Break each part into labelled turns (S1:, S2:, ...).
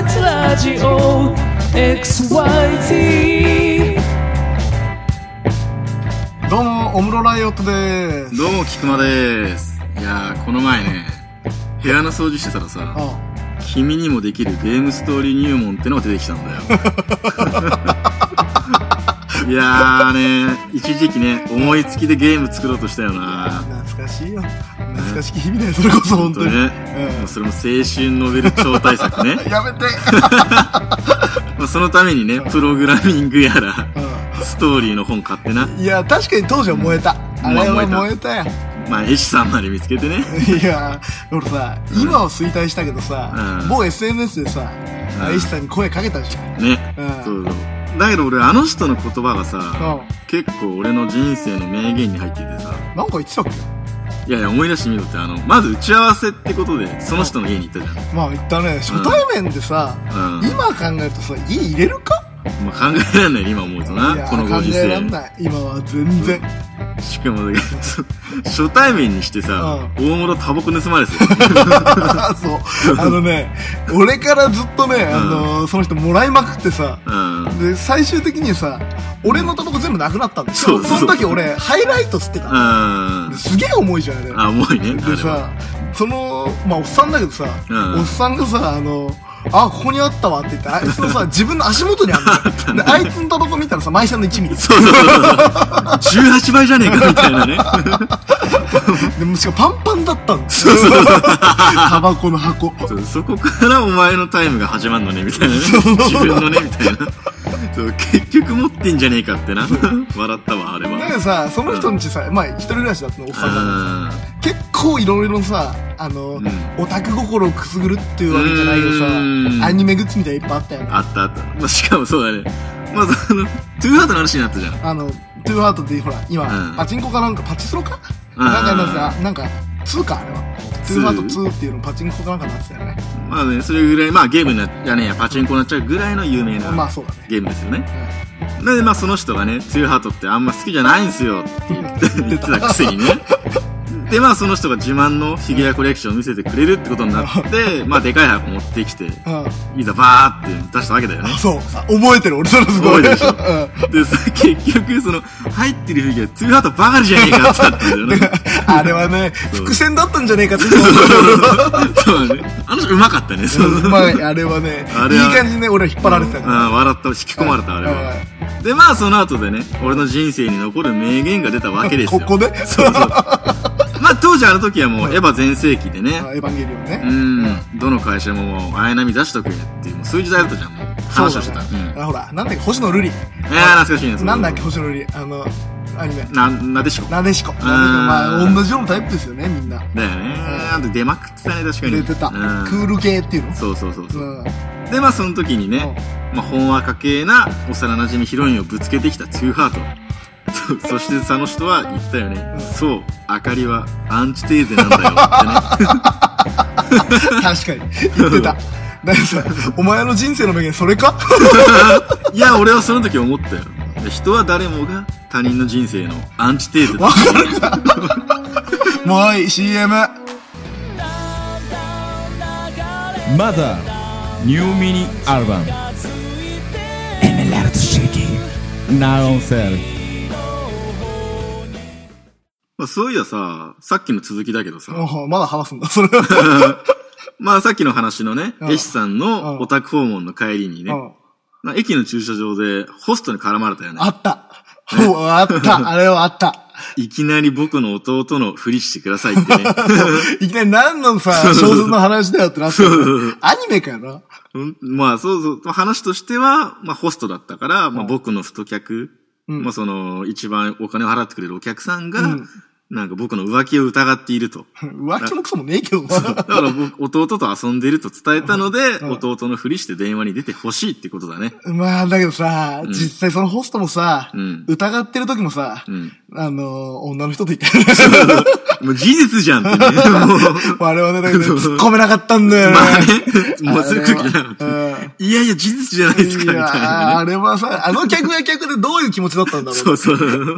S1: ジオ XYZ
S2: どうも、オムロライオットでーす。
S3: どうも、菊間でーす。いやー、この前ね、部屋の掃除してたらさ、
S2: あ
S3: 君にもできるゲームストーリー入門ってのが出てきたんだよ。いやーね、一時期ね、思いつきでゲーム作ろうとしたよな。
S2: 懐かしいよ。懐かしき日々だよ、それこそ、
S3: ほ
S2: 本
S3: ん
S2: 当
S3: と
S2: に。。
S3: ね、もうそれも青春ノベル超大作ね
S2: やめて
S3: まあそのためにね、プログラミングやら、ストーリーの本買ってな。
S2: うん。いや、確かに当時は燃えた。あれは燃えた やん。
S3: まあ、絵師さんまで見つけてね。
S2: いや、俺さ、今を衰退したけどさ
S3: う、ん
S2: 某 SNS でさ、
S3: ん
S2: 愛師さんに声かけたじゃ
S3: ね。
S2: ん。う
S3: そ
S2: ん。
S3: うそう。だけど俺、あの人の言葉がさ、
S2: うん
S3: 結構俺の人生の名言に入っててさ、
S2: なんか言ってたっけ
S3: いやいや、思い出してみろって、あの、まず打ち合わせってことで、その人の家に行ったじ
S2: まあ言ったね。初対面でさ、
S3: ゃん。うん。
S2: 今考えるとさ、家入れるか
S3: まあ、考えられないね、今思うと
S2: いや
S3: な、このご時
S2: 考えらん
S3: 世。
S2: ない。今は全然。
S3: しかもだけど、そう初対面にしてさ、大物タバコ盗まれてたよ
S2: あそう。あのね、俺からずっとね、あのーその人もらいまくってさ、
S3: うん。
S2: で、最終的にさ、俺のタバコ全部なくなったんです
S3: そうそう
S2: その時俺、ハイライト吸って
S3: う
S2: た。
S3: ん
S2: で。すげえ重いじゃん、あれ。
S3: あ、重いね、あ
S2: で
S3: れは。
S2: さ、その、まあ、おっさんだけどさ、
S3: うん
S2: おっさんがさ、あの、あ、ここにあったわって言って、あいつの さ、自分の足元にあるのよ。で、あいつのタバコ見たらさ、毎社の1ミリ。
S3: そうそうそうそう。18倍じゃねえか、みたいなね。
S2: で、もしかもパンパンだったんです
S3: そうそうそう
S2: タバコの箱。
S3: そう。そこからお前のタイムが始まるのね、みたいなね。自分のね、みたいな。そう、結局持ってんじゃねえかってな。笑ったわ、あれ
S2: だけ
S3: は。
S2: どさ、その人んちさ、まあ、一人暮らしだったの、おっさんだから
S3: あ
S2: 結構いろいろさ、あの、
S3: うん
S2: オタク心をくすぐるっていうわけじゃないけど
S3: うん
S2: さ、アニメグッズみたいないっぱいあったよね。
S3: あったあった。まあ、しかもそうだね。まず、あの、トゥーハートの話になったじゃん。
S2: あの、トゥーハートってほら、今、
S3: うん
S2: パチンコかなんか、パチスロか
S3: うん
S2: なんかなんか、なんか、2か、あれは。ト
S3: ツ
S2: ゥ
S3: ー
S2: ーハート2っていうのパチンコかなんかなってたよね。
S3: まあね、それぐらい、まあゲームになっじゃねえや、パチンコになっちゃうぐらいの有名な
S2: まあそうだね。
S3: ゲームですよね。なんでまあその人がね、ツーハートってあんま好きじゃないんすよって言って言ってたくせにね。でまあその人が自慢のフィギュアコレクションを見せてくれるってことになって、まあでかい箱持ってきて、
S2: うん。
S3: いざバーって出したわけだよね。
S2: そう。あ覚えてる、俺それすごい。
S3: 覚えてるでしょ
S2: うん
S3: でさ、結局その、入ってるフィギュア、ツーハートばかりじゃねえかってなったんだよね。
S2: あれはね、
S3: そう
S2: 伏線だったんじゃねえかって。
S3: そうだね。あの人うまかったね、そう
S2: うんまあ、あれはね、
S3: あ
S2: いい
S3: れは
S2: 感じにね、俺は引っ張られてたから。
S3: ああ笑った引き込まれたあれ
S2: うん
S3: は、でまあその後でね俺の人生に残る名言が出たわけです
S2: こ
S3: よ
S2: こで
S3: そうそうまあ当時あの時はもうエヴァ全盛期でね
S2: あエヴァンゲリオンね
S3: う。んどの会社ももう綾波出しとくっていうもうそういう時代だったじゃんもう話をしてたう,、
S2: そうだ
S3: ん
S2: ねあ、ほら、なんだっけ、星野瑠璃。
S3: いやー懐かしいねそれ
S2: なんだっけ、星野瑠璃。あの、アニメ。
S3: ななでしこだよ
S2: なでしこ。なでしこ。まあ、同じようなタイプですよね、みんな。
S3: ねーあと出まくってたね確かに
S2: 出てた。
S3: う
S2: ク
S3: ん
S2: ール系っていうの。
S3: そうそうそうそうう、
S2: ん。
S3: でまあその時にね、まあ、ほんわか系な幼馴染みヒロインをぶつけてきたツーハート そそしてその人は言ったよね、そうあかりはアンチテーゼなんだよってね
S2: 確かに。言ってた。だけどさ、 お前の人生の名言、それか
S3: いや俺はその時思ったよ人は誰もが他人の人生のアンチテーゼだ
S2: わかるかもういい、CM。
S4: マザーニューミニアルバムエメラルドシティナウンセル
S3: まあ、そういやささっきの続きだけどさ
S2: おうまだ話すんだ、それ。
S3: まあさっきの話のね
S2: うん
S3: 絵師さん
S2: うん
S3: のオタク訪問の帰りにね
S2: うん
S3: まあ駅の駐車場でホストに絡まれたよね
S2: あった。おうあ った。あれはあった。
S3: いきなり僕の弟のふりしてくださいってね
S2: いきなり何のさ、
S3: そうそうそう
S2: 小説の話だよってなってる
S3: そうそうそう
S2: アニメかよな。
S3: うんまあそうそう、まあ話としては、まあホストだったから、まあ僕の太客、まあその一番お金を払ってくれるお客さんが、
S2: うん
S3: なんか僕の浮気を疑っていると。
S2: 浮気もクソもねえけどな。
S3: だから僕、弟と遊んでいると伝えたので、
S2: ん
S3: 弟のふりして電話に出てほしいってことだね。
S2: まあ、だけどさ、実際そのホストもさ、
S3: うん
S2: 疑ってる時もさ、
S3: ん
S2: あの、女の人と言ったよね。
S3: もう事実じゃんってね。 もう、
S2: 我々だけど、突っ込めなかったんだよね。
S3: まあね、もうすぐ来るじゃん
S2: あれはうん
S3: いやいや、事実じゃないですか、み
S2: い
S3: たい
S2: や
S3: な
S2: ー
S3: ね。
S2: あれはさ、あの客が客でどういう気持ちだったんだろ
S3: そうそう。
S2: う。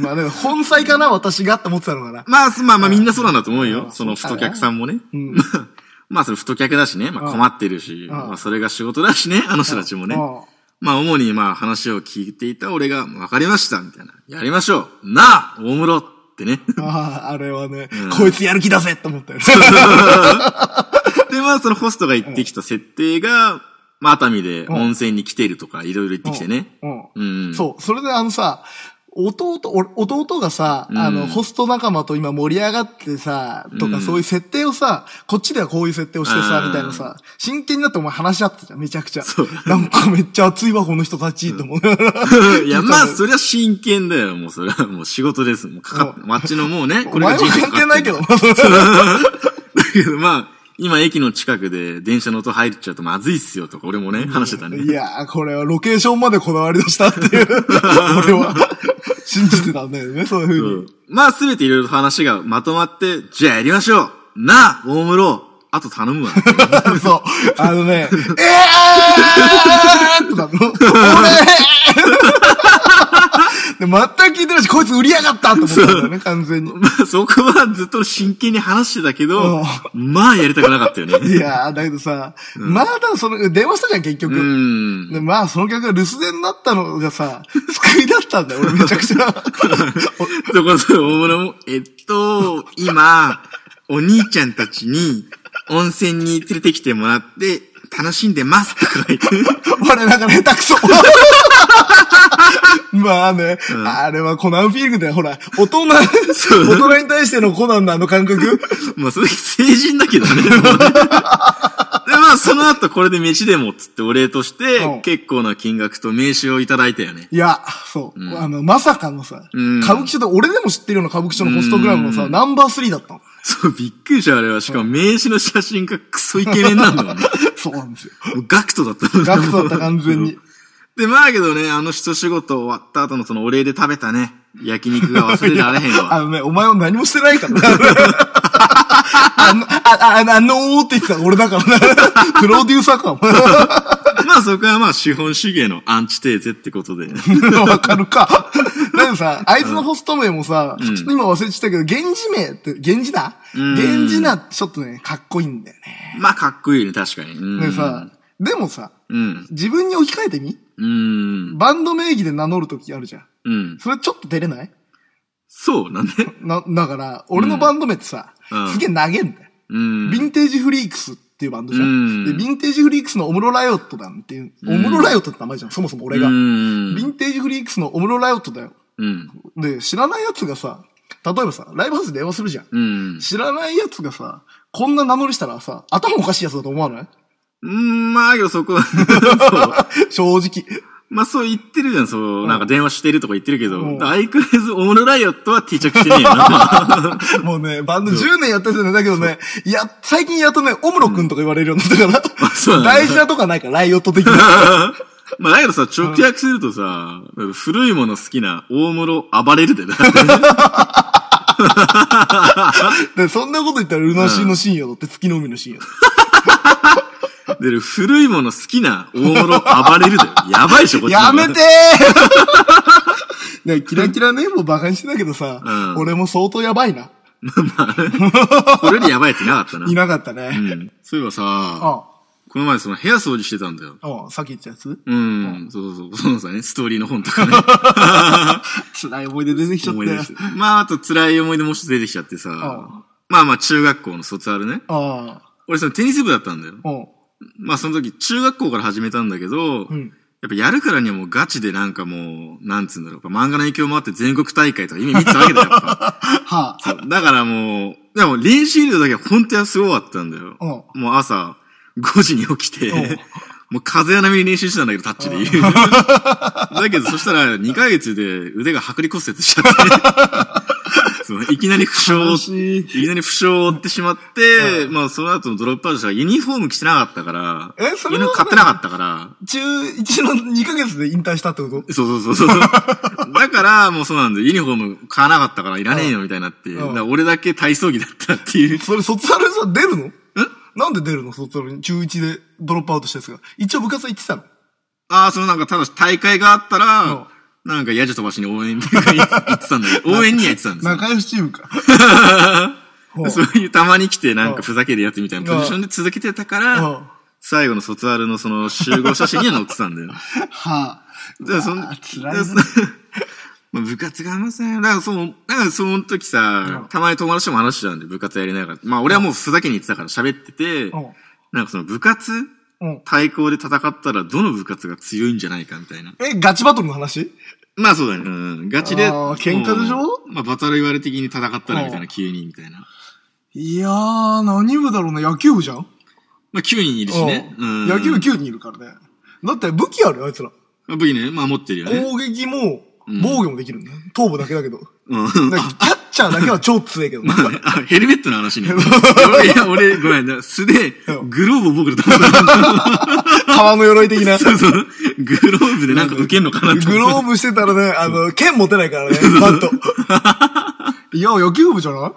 S2: まあね、本妻かな、私がって思ってたのかな。
S3: まあ、すまあまあみんなそうなんだと思うよ。
S2: あ
S3: その太客さんもね。ま まあそれ太客だしね、まあ困ってるし、
S2: うん
S3: まあそれが仕事だしね、あの人たちもね。
S2: うん
S3: まあ主にまあ話を聞いていた俺が、わかりました、みたいな。やりましょうなあ大室ってね。
S2: ああ、あれはね、こいつやる気だぜって思ったよね。
S3: で、まあそのホストが行ってきた設定が、まあ熱海で温泉に来てるとか、いろいろ言ってきてね。
S2: う。
S3: うんん。
S2: そう、それであのさ、弟、俺弟がさ、あ
S3: う
S2: の、
S3: ん
S2: ホスト仲間と今盛り上がってさ、と
S3: う
S2: か
S3: ん
S2: そういう設定をさ、こっちではこういう設定をしてさ
S3: う、ん
S2: みたいなさ、真剣になってお前話し合ってたじゃん、めちゃくちゃ
S3: そう。
S2: なんかめっちゃ熱いわ、この人たち、と 思う。
S3: いや、まあ、そりゃ真剣だよ。もう、それはもう仕事です。もうかかって、街のもうね、
S2: お前も
S3: 人
S2: 関
S3: 生かか
S2: 係
S3: って
S2: ないけど。
S3: だけど、 まあ、今駅の近くで電車の音入っちゃうとまずいっすよとか、俺もね、話してた
S2: い
S3: ね。
S2: やー、これはロケーションまでこだわり出したって いう、俺は信じてたんだよね、そういうふ
S3: う
S2: うに。
S3: んまあ、すべていろいろと話がまとまって、じゃあやりましょうなあ、大室あと 頼むわ。
S2: そう。あの ね、えーってなの。俺で、全く聞いてないし、こいつ売りやがったと思ったんだよね、完全に。
S3: まあ、そこはずっと真剣に話してたけど
S2: うん、
S3: まあ、やりたくなかったよね。
S2: いやー、だけどさ、まだその、電話したじゃん、結
S3: う
S2: 局。
S3: ん。
S2: でまあ、その客が留守電になったのがさ、 救いだったんだよ、俺めちゃくちゃ。
S3: そこそ、大室も、えっと、今、お兄ちゃんたちに温泉に連れてきてもらって、楽しんでますとか言って。
S2: 俺なんか下手くそ。 まあね、あれはコナンフィールドで、ほら、大人、大
S3: そう
S2: 人に対してのコナンのあの感覚。
S3: まあ、それ成人だけどね。 もうねで、まあ、その後これで飯でもっつってお礼として、
S2: うん
S3: 結構な金額と名刺をいただいたよね。
S2: いや、そう。あの、まさかのさ、
S3: うん
S2: 歌舞伎町で、俺でも知ってるような歌舞伎町のホストクラブのさ、ナンバー3だったの。
S3: そう、びっくりした、あれは。しかも名刺の写真がクソイケメンなん だもんね。
S2: そうなんですよ。
S3: もうガクトだったもん
S2: ガクトだった完全 に。
S3: で、まあけどね、あの一仕事終わった後のそのお礼で食べたね、焼肉が忘れられへんわ
S2: あ。のね、お前は何もしてない からね。あの、あ、あ、あのーって言ってたの俺だからね。 プロデューサーかも。
S3: まあそこはまあ資本主義へのアンチテーゼってこと で。
S2: わかるか。でもさ、あいつのホスト名もさ、ちょっと今忘れちゃったけど、源氏名って、源氏名
S3: ん
S2: 源氏名ちょっとね、かっこいいんだよね。
S3: まあかっこいいね、確かに。うん。
S2: でさ、でもさ、
S3: うん。
S2: 自分に置き換えてみ
S3: うん。
S2: バンド名義で名乗るときあるじゃん。
S3: うん。
S2: それちょっと照れない
S3: そう、なんで
S2: な、だから、俺のバンド名ってさ、
S3: うん
S2: すげえ投げんだよ。
S3: う
S2: ヴ
S3: ん。
S2: ィンテージフリークスっていうバンドじゃん。
S3: うん
S2: で、ヴィンテージフリークスのオムロライオットだんっていう、オムロライオットって名前じゃん、そもそも俺が。
S3: う
S2: ヴ
S3: ん。
S2: ィンテージフリークスのオムロライオットだよ。
S3: うん。
S2: で、知らない奴がさ、例えばさ、ライブハウスで電話するじゃん。
S3: うん。
S2: 知らない奴がさ、こんな名乗りしたらさ、頭おかしい奴だと思わない
S3: うん、まあけどそこは そう
S2: 正直。
S3: まあそう言ってるじゃん、そう、なんか電話してるとか言ってるけ
S2: うん
S3: ど、アイクレズオムロライオットは定着してねえよ な。
S2: もうね、バンド10年やっててね、だけどね、いや、最近やっとね、オムロくんとか言われるように なったから、
S3: そうなんだ
S2: 大事なとこはないから、ライオット的な。
S3: まあだけどさ、直訳するとさ、古いもの好きな大室暴れるでな。
S2: で、そんなこと言ったら、ルナシーの深夜だって、月の海の深夜。
S3: で、古いもの好きな大物暴れるだよ。やばいでしょ、こっちの
S2: やめ てーね、キラキラネームをバカにしてたけどさ、
S3: うん
S2: 俺も相当やばいな。
S3: これよりやばいやついなかったな。
S2: いなかった
S3: う
S2: ね。
S3: ん。そういえばさ、
S2: あ
S3: この前その部屋掃除してたんだよ。
S2: あ、うん、さっき言ったやつ
S3: うん。そうそうそう。そうさね、ストーリーの本とかね。
S2: 辛い思い出出てきちゃっ
S3: 思
S2: た
S3: い出
S2: よ
S3: して。まあ、あと辛い思い出もう一つ出てきちゃってさ
S2: ん。
S3: まあまあ、中学校の卒アルね。
S2: あ
S3: 俺そのテニス部だったんだよ。
S2: あ、うん。
S3: まあその時、中学校から始めたんだけど、
S2: ん
S3: やっぱやるからにはもうガチでなんかもう、なんつうんだろう。やっぱ漫画の影響もあって全国大会とか意味見てたわけだよ、やっぱ。
S2: はあ、
S3: だからもう、でも練習量だけは本当はすごかったんだよ。もう朝5時に起きて
S2: うん、
S3: もう風穴並みに練習してたんだけど、タッチで言う。 だけどそしたら2ヶ月で腕が剥離骨折しち ゃって、そういきなり負傷を、
S2: 楽
S3: い
S2: しい。
S3: きなり負傷を負ってしまって、まあその後のドロップアウトしたらユニフォーム着てなかったから、
S2: えそれは
S3: ユニフォーム買ってなかったから、
S2: 中1の2ヶ月で引退したってこと
S3: そうそ うそうそう。だから、もうそうなんだよ。ユニフォーム買わなかったからいらねえよみたいになって。だ
S2: ん
S3: から俺だけ体操着だったっていう。
S2: それ卒アルさ、出るのんなんで出るの卒アルに。中1でドロップアウトしたやつが。一応部活は行ってたの
S3: ああ、そのなんか、ただ大会があった
S2: うん
S3: ら、なんか、やじ飛ばしに応援とか言って言ってたんだけど、応援には言ってたんですよ。
S2: 仲良しチームか。うん
S3: そういうたまに来てなんかふざけるやつみたいなポジションで続けてたか
S2: うん
S3: ら、最後の卒アルのその集合写真には載ってた んだよ。
S2: はあ。
S3: だからそん
S2: うわ
S3: な
S2: ー辛い
S3: だ
S2: な
S3: からそんまあ部活があんまさ、だからその、だからその時さ、たまに友達とも話してたんで部活やりながら。まあ俺はもうふざけに言ってたから喋ってて
S2: うん、
S3: なんかその部活
S2: うん。
S3: 対抗で戦ったらどの部活が強いんじゃないかみたいな。
S2: え、ガチバトルの話
S3: まあそうだね。うん。ガチで。
S2: あー喧嘩でしょ
S3: もうまあバトル言われ的に戦ったらみたい
S2: うん
S3: な、急にみたいな。
S2: いやー、何部だろうな、野球部じゃん
S3: まあ9人いるしね。
S2: う
S3: うんん。
S2: 野球部9人いるからね。だって武器あるあいつら。
S3: まあ武器ね、まあ持ってるよね。
S2: 攻撃も、防御もできるんだよ。頭部だけだけど。
S3: うん。
S2: だからキャッチャーだけは超強い けどね。
S3: あ、ヘルメットの 話ね。いや、俺、ごめんな。素で、グローブを僕ら頼んだ。
S2: 革の鎧的な。
S3: そうそう。グローブでなんか受けんのかなって。
S2: グローブしてたらね、あの、剣持てないからね、バ ット。いや、野球部じゃない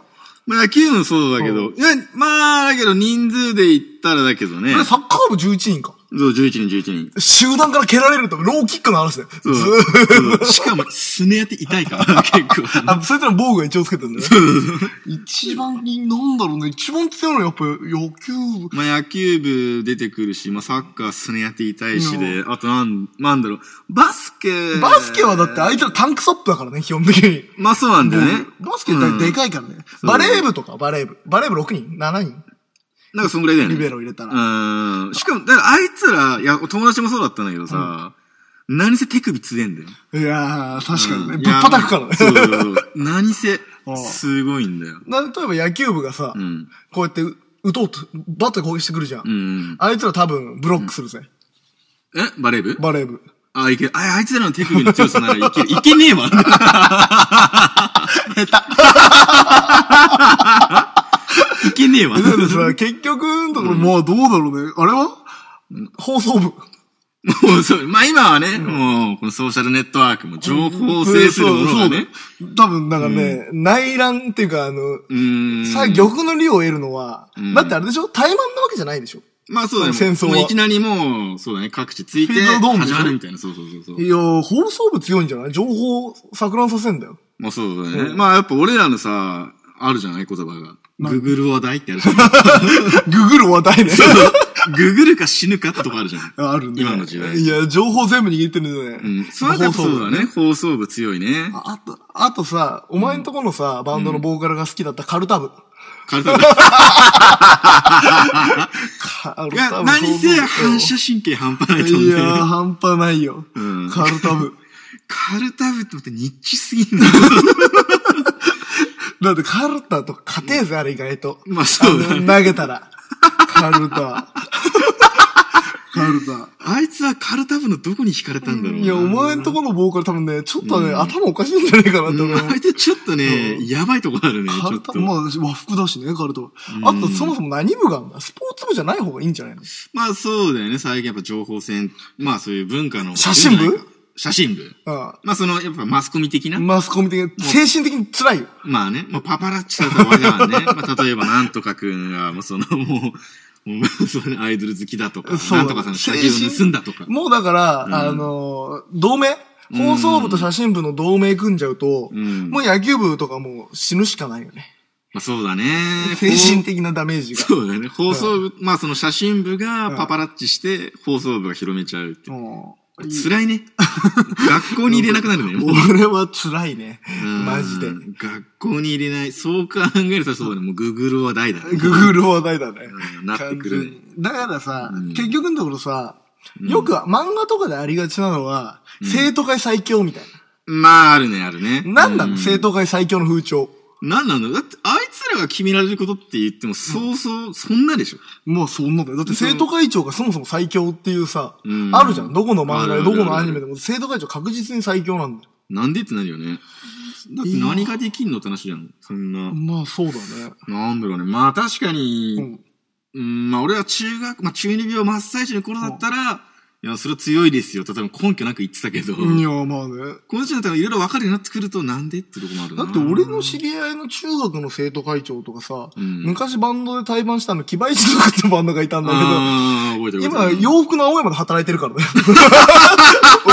S3: まあ野球もそうだけど。いや、まあ、だけど人数で言ったらだけどね
S2: あ。れサッカー部11人か。
S3: そう、11人、11人。
S2: 集団から蹴られると、ローキックの話だよ。
S3: そう
S2: ず
S3: そう。しかも、すね当て痛いから、結構。
S2: あ、それとも防具が一応つけてるんだよね。一番、なんだろうね、一番強いのはやっぱ野球部。
S3: まあ野球部出てくるし、まあサッカーすね当て痛いしで、あとなん、なんだろう、バスケ。
S2: バスケはだってあいつらタンクトップだからね、基本的に。
S3: まあそうなんだよね。
S2: バスケだってでかいからね。
S3: う
S2: バレー部とか、バレー部。バレー部6人 ?7 人
S3: なんかそんぐらいだよね。
S2: リベロ入れたら
S3: うん。しかも、だからあいつら、いや、友達もそうだったんだけどさ、何せ手首つれんだよ。
S2: いやー、確かにね。
S3: うん
S2: ぶっ叩くからね。
S3: そうそうそう。何せ
S2: う、ん
S3: すごいんだよ。
S2: な例えば野球部がさ、
S3: ん
S2: こうやってう打とうと、バットで攻撃してくるじゃん。
S3: ん
S2: あいつら多分ブロックするぜ。
S3: えバレー部
S2: バレー部。
S3: あ、いける。あ、あいつらの手首の強さならいける。いけねえ わ。 いけねえわ。
S2: だからさ、結局のところ、もうどうだろうね。あれは放送部。
S3: もうそう、まあ今はね、もう、このソーシャルネットワークも情報を制するものがね。
S2: そうそう多分、なんかね、内乱っていうか、あの、
S3: うーん。
S2: さ、玉の利を得るのは、だってあれでしょ怠慢なわけじゃないでしょ
S3: まあそうだね。
S2: 戦争は
S3: もういきなりもう、そうだね、各地ついて、
S2: フィールドドームでし
S3: 始
S2: ょ
S3: まるみたいな。そうそうそうそう。
S2: いやー、放送部強いんじゃない情報を錯乱させんだよ。
S3: まあそうだね。まあやっぱ俺らのさ、あるじゃない言葉が。ググる話題ってあるじゃん。
S2: ググる話題ね。
S3: ググるか死ぬかってとこあるじゃん。
S2: あるね。
S3: 今の時代
S2: いや、情報全部握ってるんだね。
S3: うん。それはやっぱそう
S2: 放送
S3: だ
S2: 部。
S3: ね。放送部強いね。
S2: ああと、あとさ、お前んとこのさ、バンドのボーカルが好きだったカルタブ。
S3: カルタ ブ。
S2: カ
S3: い
S2: ルタ
S3: や、
S2: ブ。
S3: 何せ反
S2: 射
S3: 射神経半端ないと思うん
S2: い
S3: だよ
S2: やー、
S3: ね。
S2: 半端ないよ。
S3: ん
S2: カルタブ。
S3: カルタブって思ってニッチすぎん な。
S2: だってカルタとか勝てえぜ、あれ意外と。
S3: まあそうだ
S2: あ
S3: ね。
S2: の投げたら。カルタ。カルタ。
S3: あいつはカルタブのどこに惹かれたんだろうな。
S2: いや、お前んとこのボーカル多分ね、ちょっとね、頭おかしいんじゃないかなって思う。
S3: あいつちょっとね、やばいとこあるね、ち
S2: カ
S3: ょ
S2: ル
S3: っ
S2: タ、
S3: と。
S2: まあ和服だしね、カルタは。あと、そもそも何部があんだスポーツ部じゃない方がいいんじゃないの
S3: まあそうだよね、最近やっぱ情報戦、まあそういう文化の。
S2: 写真部
S3: 写真部。
S2: あ
S3: まあその、やっぱマスコミ的な。
S2: あマスコミ的に、精神的に辛いよ。
S3: まあね、まあパパラッチだったらわけだから ね。まあ例えばなんとかくんが、もうその、もう、 もうそのアイドル好きだとか、
S2: そう。
S3: なんとかさんの下着を盗んだとか。
S2: もうだから、あの、同盟放送部と写真部の同盟組んじゃうと、
S3: ん
S2: もう野球部とかもう死ぬしかないよね。
S3: まあそうだね。
S2: 精神的なダメージが。
S3: そうだね。放送部、まあその写真部がパパラッチして、放送部が広めちゃうって。
S2: うん
S3: 辛いね。学校に入れなくなるのよ。
S2: 俺は辛いね
S3: うん。
S2: マジで。
S3: 学校に入れない。そう考えるとそうだね。もうグーグルは大だね。
S2: ググる話題だね
S3: う。んなってく
S2: 完
S3: るね
S2: 全にだからさ、結局のところさ、よく漫画とかでありがちなのは、生徒会最強みたい
S3: まあ、あるね、あるね。
S2: な。なんなの生徒会最強の風潮。
S3: なんなんだだって、あいつらが決められることって言っても、そうそう、そんなでしょ。
S2: もうそんなのよ。だって生徒会長がそもそも最強っていうさ、
S3: ん
S2: あるじゃん。どこの漫画
S3: あるあ
S2: や
S3: る
S2: どこのアニメでも生徒会長確実に最強なんだよ。
S3: なんでってなるよね。だって何ができんのって話じゃん。そんな。
S2: まあそうだね。
S3: なんだろうね。まあ確かに
S2: ん、
S3: うん、まあ俺は中学、まあ中二病真っ最中の頃だったら、いや、それは強いですよ。例えば根拠なく言ってたけど、
S2: いや、まあね。
S3: この時代だったらいろいろ分かるようになってくると、なんでってとこもある
S2: だ
S3: な。
S2: って俺の知り合いの中学の生徒会長とかさ、
S3: ん
S2: 昔バンドで対バンしたの、木場一族ってバンドがいたんだけど、
S3: あー覚えてる覚
S2: 今
S3: え、てる。
S2: 洋服の青山で働いてるから ね。う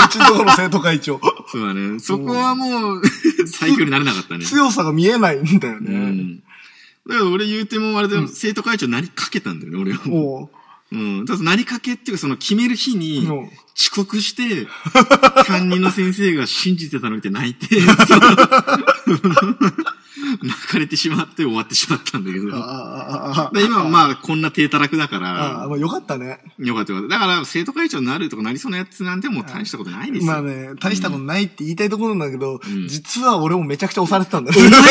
S2: ちのところ生徒会長。
S3: そうだね。そこはもう、最強になれなかったね。
S2: 強さが見えないんだよ
S3: う
S2: ね。
S3: ん。だから俺言うてもあれで、生徒会長なりかけたんだよね、俺はも
S2: おう
S3: う。うん。ただなりかけっていうか、その決める日に
S2: うん、
S3: 遅 刻して、担任の先生が信じてたの見て泣いて、 泣かれてしまって終わってしまったんだけど。
S2: ああ、
S3: で
S2: ああ、ああ。
S3: 今はまあ、こんな低たらくだか
S2: ああ、
S3: ら、
S2: まあよかったね。
S3: よかったよかった。だから、生徒会長になるとかなりそうなやつなんてもう大したことないですよ。
S2: まあね、大したことないって言いたいところなんだけど、実は俺もめちゃくちゃ押されてたんだよ。 だ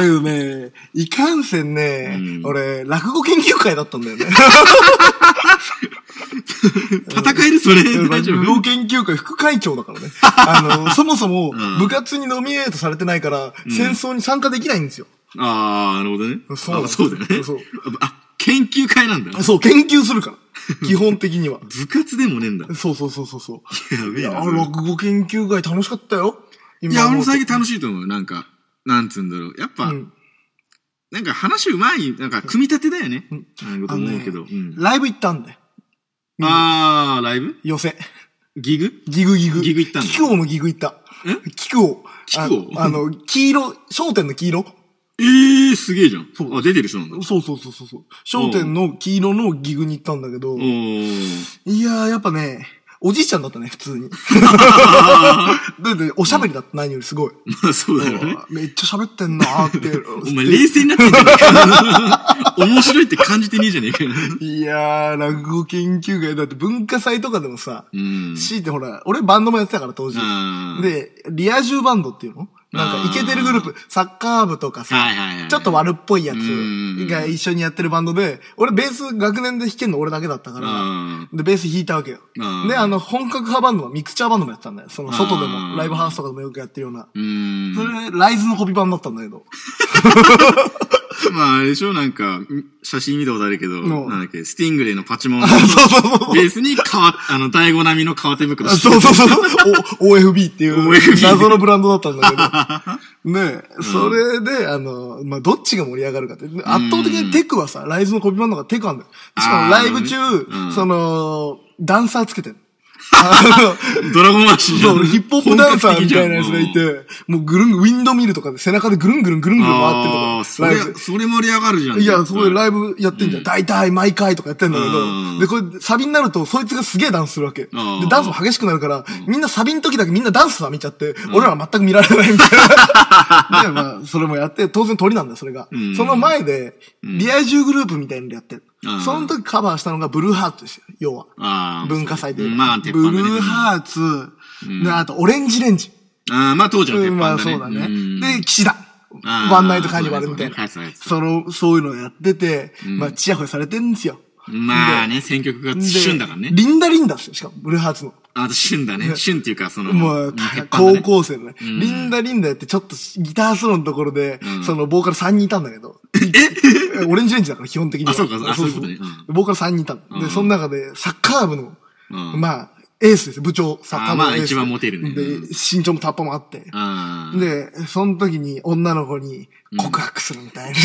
S2: けどね、いかんせんね、
S3: うん
S2: 俺、落語研究会だったんだよね。
S3: 戦えるそれ大丈
S2: 落語
S3: 夫
S2: 研究会副会長だ からね。あの、そもそも
S3: ん
S2: 部活にノミネートされてないから、戦争に参加できないんですよ。
S3: ああ、なるほどね。
S2: そう
S3: あそうだよね。
S2: そう
S3: あ、研究会なんだ。
S2: そう、研究するから。基本的には。
S3: 部活でもねえんだ。
S2: そうそうそうそうそう。
S3: やべ
S2: い
S3: えな
S2: や、
S3: それ
S2: 落語研究会楽しかったよ。今
S3: いや、
S2: 思
S3: 俺も
S2: うと
S3: 最近楽しいと思う。なんか、なんつうんだろう。やっぱ、
S2: うん
S3: なんか話うまい、なんか組み立てだよね。なるほど思うけど。
S2: あのね
S3: うん
S2: ライブ行ったんだよ。
S3: あー、ライブ
S2: 寄せ。
S3: ギグ
S2: ギグギグ。
S3: ギグ行ったんだ
S2: キクオのギグ行った。
S3: え
S2: キクオ。あ
S3: キクオ
S2: あの、黄色、商店の黄色
S3: えー、すげえじゃん。
S2: そう
S3: あ、出てる人なんだ。
S2: そうそうそうそうそう。商店の黄色のギグに行ったんだけど、
S3: お
S2: い
S3: ー。
S2: やー、やっぱね、おじいちゃんだったね、普 通に。だって、おしゃべりだった、何よりすごい。
S3: まあ、そうだよね。
S2: めっちゃ喋ってんなーって。
S3: お前冷静になってんじゃね えか。面白いって感じてねえじゃねえかよ。
S2: いやー、落語研究会、だって文化祭とかでもさ、
S3: うん。
S2: 強いてほら、俺バンドもやってたから当時
S3: う。ん
S2: で、リア充バンドっていうのなんかイケてるグループ、サッカー部とかさ
S3: はいはいは、い
S2: ちょっと悪っぽいや
S3: うん
S2: つが一緒にやってるバンドで、俺ベース学年で弾けるの俺だけだったから、
S3: あ
S2: で、ベース弾いたわけよ
S3: う。ん
S2: で、あの、本格派バンドはミクチャーバンドもやってたんだよ。その外で
S3: う
S2: も、
S3: ん
S2: ライブハウスとかでもよくやってるような。
S3: ーうーん。
S2: それ、ライズのコピー版だったんだけ ど。
S3: まあ、あれでしょなんか、ん写真見たことあるけど、
S2: ん
S3: なんだっけ、スティングレイのパチモンの
S2: そうそうそう。
S3: ベースに、かわ、あの、大醐並みの革手袋。
S2: そうそうそう。お OFB っていう
S3: OFB
S2: 謎のブランドだったんだけ ど。ねえ、それで、あの、まあ、どっちが盛り上がるかって。圧倒的にテクはさ、ライズのコピーバンドがテクなんだよ。しかもライブ中、
S3: あーうん
S2: その、ダンサーつけ てる。あの
S3: ドラゴンマシンじゃん
S2: そう、ヒップホップダンサーみたいなやつがい。
S3: 本格的じゃん
S2: て、もうぐるん、ウィンドミルとかで背中でぐるんぐるんぐるんぐるん回ってる
S3: ああ、
S2: と
S3: そ
S2: か、ラ
S3: れ
S2: イブ、。
S3: それ盛り上がるじゃん。
S2: いや、そこでラ
S3: イ
S2: イブやってんじゃん。大体毎回とかやってんだけ
S3: うん
S2: ど、で、これサビになると、そいつがすげえダンスするわけ。で、
S3: ん
S2: ダンスも激しくなるから、みんなサビの時だけみんなダンスは見ちゃって、俺らは全く見られないみたい な。で、まあ、それもやって、当然鳥なんだよ、それが。その前で、リア充グループみたいなのやってる
S3: うん。
S2: その時カバーしたのがブルーハーツですよ、要は。
S3: ああ
S2: 文化祭で
S3: う
S2: 言え
S3: ん
S2: ば。
S3: まあ、鉄板
S2: ブ
S3: だね。
S2: ルーハーツ、で、あと、オレンジレンジ。
S3: ああ、まあ、当時の鉄
S2: うんまあ
S3: 板だ
S2: そ
S3: ね。
S2: うだね
S3: ん。
S2: で、岸田。
S3: あー
S2: ワンナイトカーニバルみたいな。
S3: そうだねそ
S2: その、そういうのやってて、まあ、チヤホヤされてんですよ。
S3: まあね、選曲が
S2: で
S3: 旬だからね。
S2: リンダリンダっすよ、しかも、ブルーハーツの。
S3: あと旬だね。旬っていうか、その、
S2: もう、
S3: 鉄板だ
S2: 高
S3: ね
S2: 校生のね。リンダリンダやって、ちょっとギターソロのところで、その、ボーカル3人いたんだけど。え オレンジレンジだから、基本的には。
S3: あそうかあそういうことね
S2: ボーカル3人いたの。で、その中で、サッカー部の、
S3: うん
S2: まあ、エースですよ、部長、サッカー部のエース。
S3: あーまあ一番モテるね
S2: で
S3: うん、
S2: 身長もタッパもあって。
S3: ああ。
S2: で、その時に女の子に告白するみ たいな。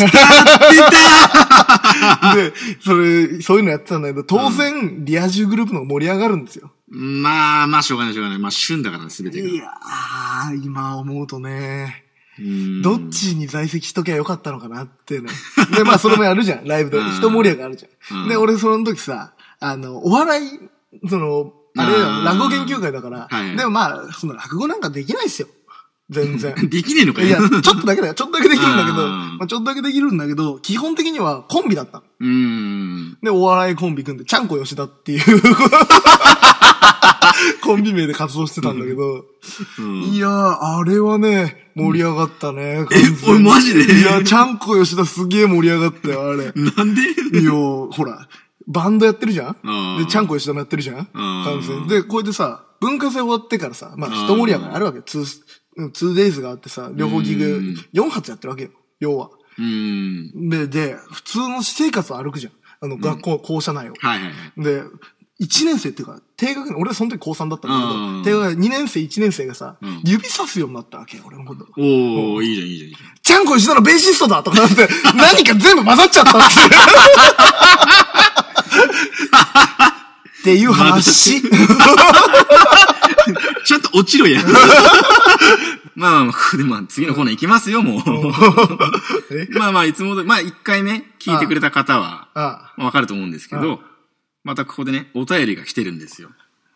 S2: で、それ、そういうのやってたんだけど、当然、リア充グループの方が盛り上がるんですよ。
S3: まあ、まあ、しょうがない、しょうがない。まあ、旬だからね、すべてが
S2: い。やー、今思うとね、
S3: うん
S2: どっちに在籍しときゃよかったのかなってね。で、まあ、それもやるじゃん、ライブで。人盛り上がるじゃん。で、俺その時さ、あの、お笑い、その、あれだよ
S3: あー
S2: 落語研究会だから、
S3: はい
S2: でもまあ、その落語なんかできないっすよ。全 然。
S3: できねえのかよ。
S2: いや、ちょっとだけだよ。ちょっとだけできるんだけど、
S3: うん
S2: まあ、ちょっとだけできるんだけど、基本的にはコンビだったの。
S3: うーん。
S2: で、お笑いコンビ組んで、ちゃんこ吉田っていう、 コンビ名で活動してたんだけど、いやー、あれはね、盛り上がったね。完全に
S3: おいマジで
S2: いや、ちゃんこ吉田すげえ盛り上がったよ、あれ。
S3: なんで
S2: いや、ほら、バンドやってるじゃん
S3: うん
S2: で、ちゃんこ吉田もやってるじゃん完全に。で、こうやってさ、文化祭終わってからさ、まあ、一盛り上がりあるわけよ。ツー、うんツーデイズがあってさ、両方ギグ
S3: うん
S2: 4発やってるわけよ。要は。
S3: うーん。
S2: で、で、普通の私生活を歩くじゃん。あの、学校、校舎内を。
S3: はいはいはい。
S2: で、1年生っていうか、低学年、俺はその時高3だったん
S3: う
S2: だ
S3: ん
S2: けど、低学年、2年生、1年生がさ
S3: ん、
S2: 指さすようになったわけよ、俺のこと。
S3: おー、いいじゃん、いいじゃんいいじゃん。
S2: ちゃんこ石田のベーシストだとかなって、 何か全部混ざっちゃったっていう。っていう話。
S3: ちょっと落ちろや。 まあまあまあ、ここでまあ次のコーナー行きますよ、もう。
S2: え
S3: まあまあ、いつもどおりまあ一回ね、聞いてくれた方は、
S2: あ
S3: わかると思うんですけど、またここでね、お便りが来てるんですよ。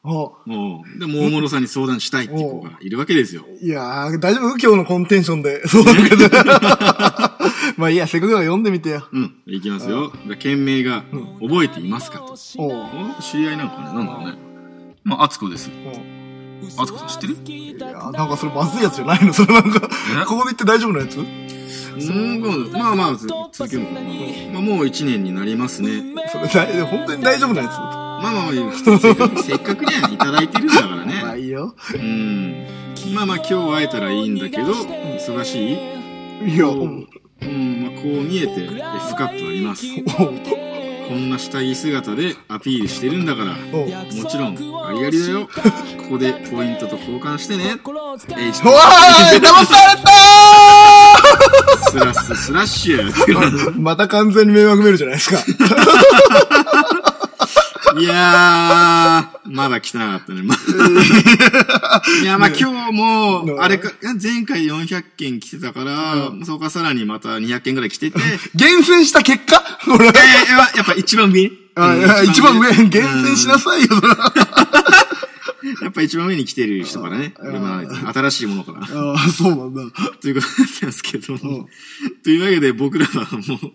S2: あ。お
S3: もう、で、もうもろさんに相談したいっていう子がいるわけですよ。
S2: いやー、大丈夫今日のコンテンションで。そうなんか まあいいや、せっかくだから読んでみてよ。
S3: うん、いきますよ。件名が、覚えていますかと。
S2: おうおう
S3: お知り合いなんかね、なんだろうね。まあ、あつこです。あつこさん知ってる
S2: いやーなんかそれまずいやつじゃないのそれなんか、
S3: え
S2: ここで言って大丈夫なやつ
S3: うん、まあまあ、ず続けるのかな。まあ、もう一年になりますね。
S2: それ大本当に大丈夫なやつ
S3: まあ まあ、せっかくね、いただいてるんだから
S2: まあ
S3: ね。
S2: いいよ。
S3: うん。まあまあ、今日会えたらいいんだけど、忙しい
S2: いや、
S3: う
S2: うん
S3: ん、まあ、こう見えて、F カップあります。
S2: おう
S3: こんな下着姿でアピールしてるんだから。
S2: おう
S3: もちろん、ありありだよ。ここでポイントと交換してね。えい
S2: おわーい騙された
S3: スラススラッシュ。
S2: ー また完全に迷惑メールじゃないですか。
S3: いやー、まだ来てなかったね。 まいや、まあ今日も、あれか、前回400件来てたから、そうかさらにまた200件ぐらい来てて、
S2: 厳選した結果 これ。
S3: えー、やっぱ一番上
S2: あいや一番上、厳選しな
S3: さ
S2: さいよ、それは。
S3: い。やっぱ一番上に来てる人からね、俺は新しいものから。
S2: ああ、そうなんだ。
S3: ということなんですけども。というわけで僕らはもう、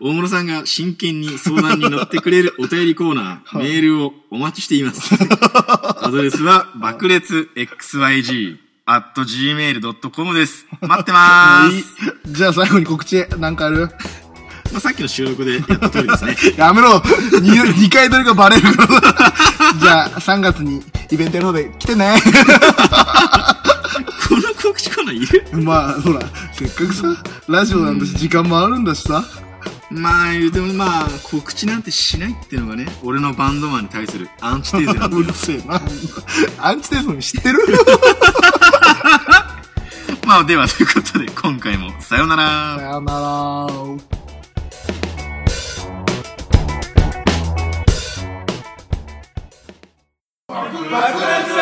S3: 大室さんが真剣に相談に乗ってくれるお便りコーナー、メールをお待ちしています。アドレスは、爆裂 xyg gmail.com です。待ってまーす。
S2: はいじゃあ最後に告知、なんかある
S3: まあ、さっきの収録でやった通りですね。
S2: やめろ 2, 二回撮りがバレるからじゃあ、3月にイベントやるので来てね
S3: この告知コーナーいる
S2: まあ、ほら、せっかくさ、ラジオなんだし、時間もあるんだしさ。
S3: まあ、でもまあ、告知なんてしないっていうのがね、俺のバンドマンに対するアンチテーゼなんで
S2: うるせえな。アンチテーズも知ってる
S3: まあ、では、ということで、今回もさようなら
S2: さ。よなら。
S1: 爆裂 XYG